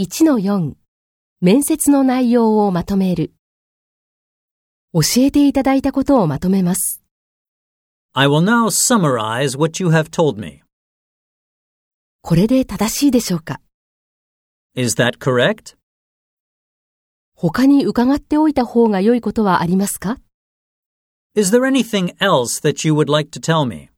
1-4面接の内容をまとめる教えていただいたことをまとめます。 I will now summarize what you have told me. これで正しいでしょうか Is that correct? 他に伺っておいた方が良いことはありますか Is there anything else that you would like to tell me?